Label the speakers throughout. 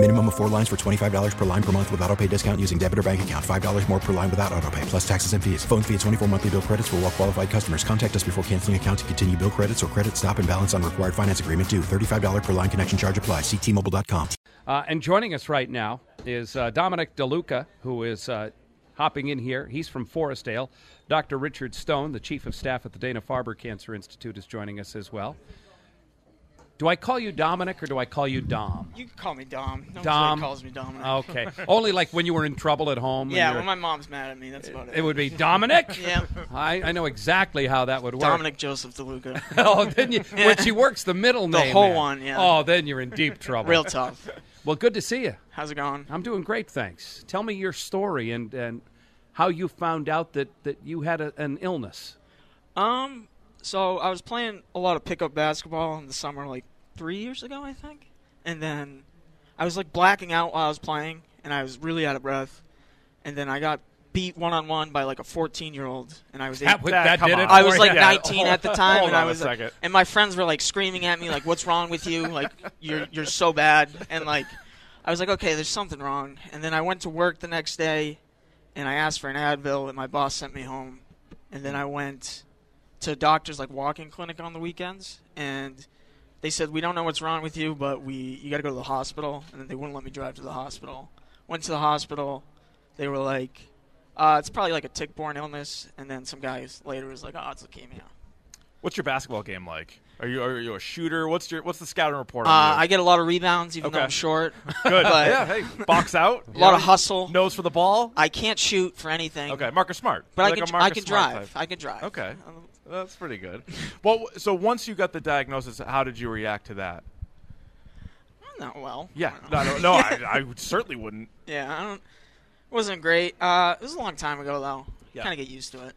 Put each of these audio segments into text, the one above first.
Speaker 1: Minimum of four lines for $25 per line per month with auto pay discount using debit or bank account. $5 more per line without auto pay, plus taxes and fees. Phone fee at 24 monthly bill credits for all well qualified customers. Contact us before canceling account to continue bill credits or credit stop and balance on required finance agreement due. $35 per line connection charge apply. Ctmobile.com.
Speaker 2: Uh, and joining us right now is uh, Dominic DeLuca, who is uh, hopping in here. He's from Forestdale. Dr. Richard Stone, the chief of staff at the Dana Farber Cancer Institute, is joining us as well. Do I call you Dominic or do I call you Dom?
Speaker 3: You can call me Dom. No
Speaker 2: Dom.
Speaker 3: one calls me Dominic.
Speaker 2: Okay. Only like when you were in trouble at home. and
Speaker 3: Yeah,
Speaker 2: you're-
Speaker 3: when my mom's mad at me, that's about it.
Speaker 2: it would be Dominic.
Speaker 3: Yeah.
Speaker 2: I, I know exactly how that would work.
Speaker 3: Dominic Joseph DeLuca.
Speaker 2: oh, then you, when she works the middle
Speaker 3: The
Speaker 2: name,
Speaker 3: whole
Speaker 2: man.
Speaker 3: one, yeah.
Speaker 2: Oh, then you're in deep trouble.
Speaker 3: Real tough.
Speaker 2: Well, good to see you.
Speaker 3: How's it going?
Speaker 2: I'm doing great, thanks. Tell me your story and, and how you found out that, that you had a, an illness.
Speaker 3: Um, so I was playing a lot of pickup basketball in the summer, like three years ago, I think. And then I was like blacking out while I was playing, and I was really out of breath. And then I got beat one on one by like a 14 year old, and I was eight.
Speaker 2: That, would- that
Speaker 4: come
Speaker 2: did
Speaker 4: on.
Speaker 2: it.
Speaker 3: I
Speaker 2: for
Speaker 3: was
Speaker 2: you.
Speaker 3: like
Speaker 4: Yeah,
Speaker 3: 19 at the time,
Speaker 4: hold
Speaker 3: and
Speaker 4: on
Speaker 3: I
Speaker 4: a
Speaker 3: was
Speaker 4: second.
Speaker 3: and my friends were like screaming at me, like, "What's wrong with you? Like, you're you're so bad." And like, I was like, "Okay, there's something wrong." And then I went to work the next day, and I asked for an Advil, and my boss sent me home. And then I went to a doctor's like walk-in clinic on the weekends, and they said, "We don't know what's wrong with you, but we you got to go to the hospital." And then they wouldn't let me drive to the hospital. Went to the hospital. They were like, uh, "It's probably like a tick-borne illness." And then some guys later was like, "Oh, it's leukemia."
Speaker 4: What's your basketball game like? Are you are you a shooter? What's your what's the scouting report?
Speaker 3: Uh,
Speaker 4: on
Speaker 3: I
Speaker 4: you?
Speaker 3: get a lot of rebounds, even though
Speaker 4: Okay.
Speaker 3: I'm short.
Speaker 4: good.
Speaker 3: but-
Speaker 4: yeah, hey, box out.
Speaker 3: A lot of hustle.
Speaker 4: nose for the ball.
Speaker 3: I can't shoot for anything.
Speaker 4: Okay, Marcus Smart.
Speaker 3: But I
Speaker 4: Like
Speaker 3: can,
Speaker 4: a
Speaker 3: I
Speaker 4: Marcus
Speaker 3: can
Speaker 4: Smart
Speaker 3: drive.
Speaker 4: type.
Speaker 3: I can drive.
Speaker 4: Okay,
Speaker 3: Um,
Speaker 4: that's pretty good. Well, w- so once you got the diagnosis, how did you react to that?
Speaker 3: Not well.
Speaker 4: Yeah, no, no, no I, I would- certainly wouldn't.
Speaker 3: Yeah. I don't. It wasn't great. Uh, it was a long time ago though. Kind of get used to it.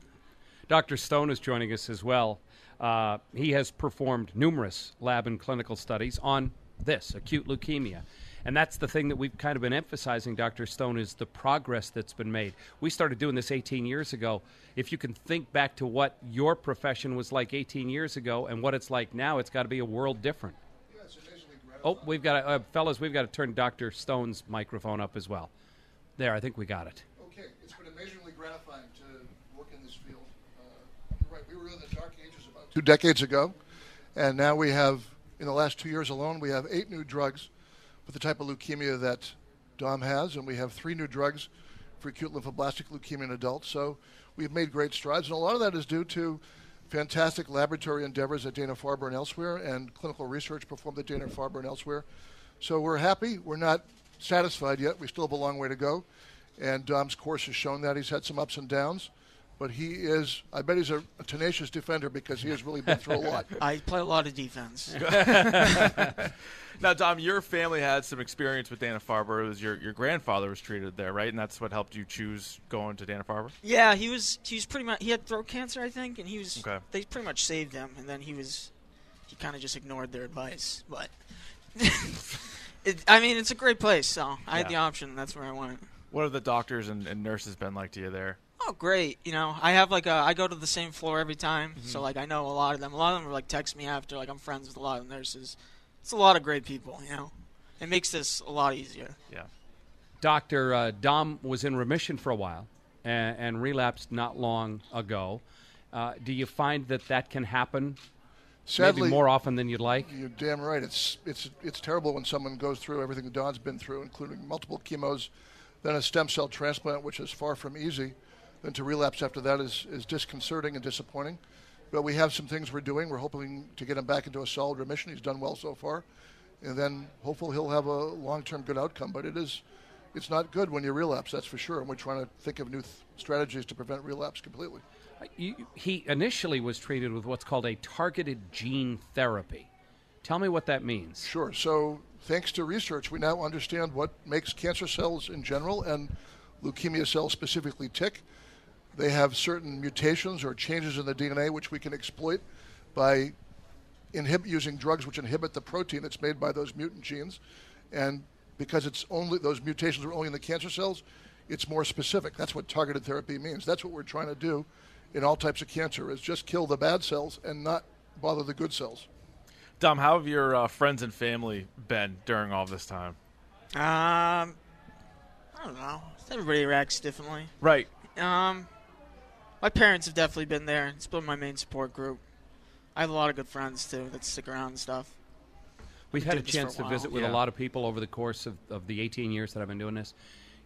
Speaker 2: Dr. Stone is joining us as well. Uh, he has performed numerous lab and clinical studies on this acute leukemia. And that's the thing that we've kind of been emphasizing, Dr. Stone, is the progress that's been made. We started doing this 18 years ago. If you can think back to what your profession was like 18 years ago and what it's like now, it's got to be a world different. Oh, we've got to, uh, fellas, we've got to turn Dr. Stone's microphone up as well. There, I think we got it.
Speaker 5: Okay, it's been amazingly gratifying to work in this field. Uh, you're right, we were in the dark ages about two decades ago, and now we have, in the last two years alone, we have eight new drugs for the type of leukemia that Dom has, and we have three new drugs for acute lymphoblastic leukemia in adults. So we've made great strides, and a lot of that is due to fantastic laboratory endeavors at Dana Farber and elsewhere, and clinical research performed at Dana Farber and elsewhere. So we're happy. We're not satisfied yet. We still have a long way to go. And Dom's course has shown that. He's had some ups and downs, but he is, I bet he's a, a tenacious defender because he has really been through a lot.
Speaker 3: I play a lot of defense.
Speaker 4: Now, Dom, your family had some experience with Dana Farber. It was your your grandfather was treated there, right? And that's what helped you choose going to Dana Farber.
Speaker 3: yeah, he was. He was pretty much. He had throat cancer, I think, and he was.
Speaker 4: Okay.
Speaker 3: They pretty much saved him, and then he was. He kind of just ignored their advice, but. it, I mean, it's a great place. So I had
Speaker 4: Yeah.
Speaker 3: the option. and That's where I went.
Speaker 4: What have the doctors and, and nurses been like to you there?
Speaker 3: Oh, great. You know, I have like a, I go to the same floor every time.
Speaker 4: Mm-hmm.
Speaker 3: So, like, I know a lot of them. A lot of them are like, text me after. Like, I'm friends with a lot of nurses. It's a lot of great people, you know? It makes this a lot easier.
Speaker 4: Yeah.
Speaker 2: Dr. Uh, Dom was in remission for a while and, and relapsed not long ago. Uh, do you find that that can happen
Speaker 5: Sadly,
Speaker 2: maybe more often than you'd like?
Speaker 5: You're damn right. It's it's it's terrible when someone goes through everything that Don's been through, including multiple chemo's, then a stem cell transplant, which is far from easy. Then to relapse after that is, is disconcerting and disappointing. But we have some things we're doing. We're hoping to get him back into a solid remission. He's done well so far, and then hopefully he'll have a long-term good outcome. But it is, it's not good when you relapse. That's for sure. And we're trying to think of new th- strategies to prevent relapse completely.
Speaker 2: You, he initially was treated with what's called a targeted gene therapy. Tell me what that means.
Speaker 5: Sure. So, thanks to research, we now understand what makes cancer cells in general and leukemia cells specifically tick. They have certain mutations or changes in the DNA which we can exploit by inhib- using drugs which inhibit the protein that's made by those mutant genes. And because it's only those mutations are only in the cancer cells. It's more specific. That's what targeted therapy means. That's what we're trying to do in all types of cancer is just kill the bad cells and not bother the good cells.
Speaker 4: Dom, how have your uh, friends and family been during all this time?
Speaker 3: Um, I don't know. Everybody reacts differently.
Speaker 4: Right.
Speaker 3: Um, my parents have definitely been there. It's been my main support group. I have a lot of good friends too that stick around and stuff.
Speaker 2: We've had a
Speaker 3: did this for a
Speaker 2: chance to
Speaker 3: while.
Speaker 2: visit with a
Speaker 4: Yeah.
Speaker 2: lot of people over the course of, of the 18 years that I've been doing this.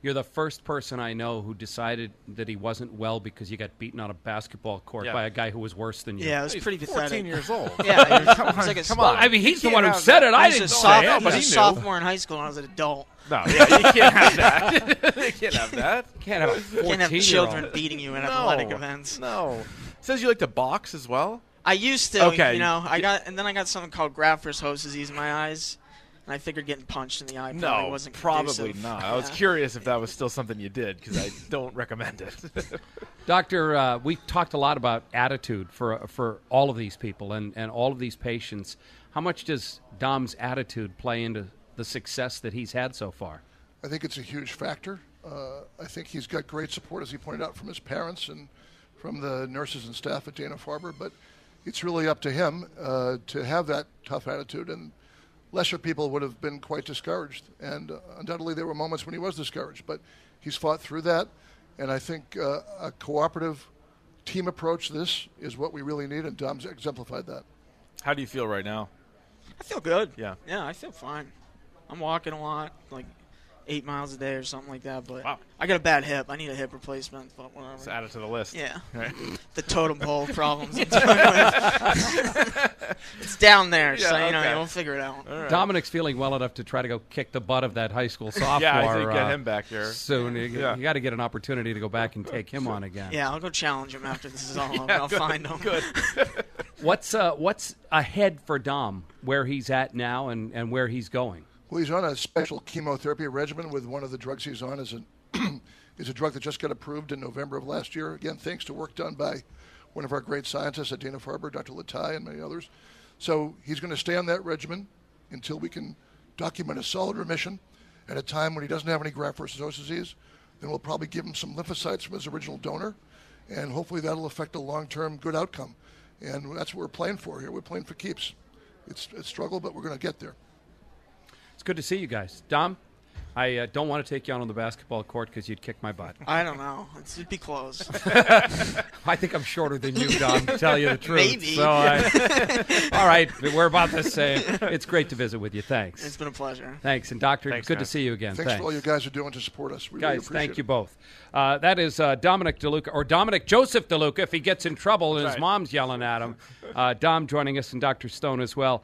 Speaker 2: You're the first person I know who decided that he wasn't well because you got beaten on a basketball court
Speaker 4: Yeah.
Speaker 2: by a guy who was worse than you.
Speaker 3: Yeah, it was pretty pathetic.
Speaker 4: 14 years old.
Speaker 3: Yeah, it was, it was like a
Speaker 4: Come on.
Speaker 2: I mean, he's the
Speaker 4: You
Speaker 2: one who
Speaker 4: can't have
Speaker 2: said
Speaker 4: that.
Speaker 2: it. I
Speaker 3: was a
Speaker 2: didn't
Speaker 3: soph-
Speaker 2: say it,
Speaker 3: I
Speaker 2: but
Speaker 3: was a
Speaker 2: he knew.
Speaker 3: sophomore in high school and I was an adult.
Speaker 4: No, yeah, you can't have that. you can't have that.
Speaker 2: Can't have a 14
Speaker 3: Can't have children beating you in athletic
Speaker 4: No.
Speaker 3: events.
Speaker 4: No. says you like to box as well.
Speaker 3: I used to,
Speaker 4: Okay.
Speaker 3: you know, I got and then I got something called graft host disease in my eyes, and I figured getting punched in the eye probably
Speaker 4: no,
Speaker 3: wasn't
Speaker 4: probably
Speaker 3: conducive.
Speaker 4: not. I was
Speaker 3: Yeah.
Speaker 4: curious if that was still something you did because I don't recommend it.
Speaker 2: Doctor, uh, we talked a lot about attitude for uh, for all of these people and, and all of these patients. How much does Dom's attitude play into the success that he's had so far?
Speaker 5: I think it's a huge factor. Uh, I think he's got great support, as he pointed out, from his parents and from the nurses and staff at Dana Farber. But it's really up to him uh, to have that tough attitude. And lesser people would have been quite discouraged. And uh, undoubtedly, there were moments when he was discouraged. But he's fought through that. And I think uh, a cooperative team approach to this is what we really need. And Dom's exemplified that.
Speaker 4: How do you feel right now?
Speaker 3: I feel good.
Speaker 4: Yeah.
Speaker 3: Yeah, I feel fine. I'm walking a lot, like eight miles a day or something like that. But
Speaker 4: Wow.
Speaker 3: I got a bad hip. I need a hip replacement, but whatever.
Speaker 4: Let's add it to the list.
Speaker 3: Yeah.
Speaker 4: Right.
Speaker 3: The totem pole problems. I'm dealing with. it's down there, so
Speaker 4: Yeah,
Speaker 3: you know
Speaker 4: okay.
Speaker 3: we'll figure it out.
Speaker 4: All right.
Speaker 2: Dominic's feeling well enough to try to go kick the butt of that high school sophomore.
Speaker 4: Yeah, I think
Speaker 2: uh,
Speaker 4: get him back here.
Speaker 2: soon. You,
Speaker 4: Yeah.
Speaker 2: got to get an opportunity to go back and take him on again.
Speaker 3: Yeah, I'll go challenge him after this is all over. I'll find him.
Speaker 4: Good.
Speaker 2: What's uh, what's ahead for Dom? Where he's at now and, and where he's going?
Speaker 5: Well, he's on a special chemotherapy regimen with one of the drugs he's on is an is a drug that just got approved in November of last year. Again, thanks to work done by one of our great scientists at Dana Farber, Dr. Latai, and many others. So he's going to stay on that regimen until we can document a solid remission at a time when he doesn't have any graft versus host disease. Then we'll probably give him some lymphocytes from his original donor, and hopefully that'll affect a long-term good outcome. And that's what we're playing for here. We're playing for keeps. It's a struggle, but we're going to get there.
Speaker 2: It's good to see you guys, Dom. I uh, don't want to take you out on the basketball court because you'd kick my butt.
Speaker 3: I don't know. It's, it'd be close.
Speaker 2: I think I'm shorter than you, Dom, to tell you the truth.
Speaker 3: Maybe.
Speaker 2: So I- all right, we're about the same. It's great to visit with you.
Speaker 3: it's
Speaker 2: Thanks.
Speaker 3: been a pleasure.
Speaker 2: Thanks. And, Doctor,
Speaker 4: Thanks,
Speaker 2: good
Speaker 4: man.
Speaker 2: to see you again.
Speaker 5: Thanks, for all you guys are doing to support us. We really
Speaker 2: Guys,
Speaker 5: appreciate
Speaker 2: thank
Speaker 5: it.
Speaker 2: you both. Uh, that is uh, Dominic DeLuca, or Dominic Joseph DeLuca, if he gets in trouble and his
Speaker 4: right.
Speaker 2: mom's yelling at him. Uh, Dom joining us and Dr. Stone as well.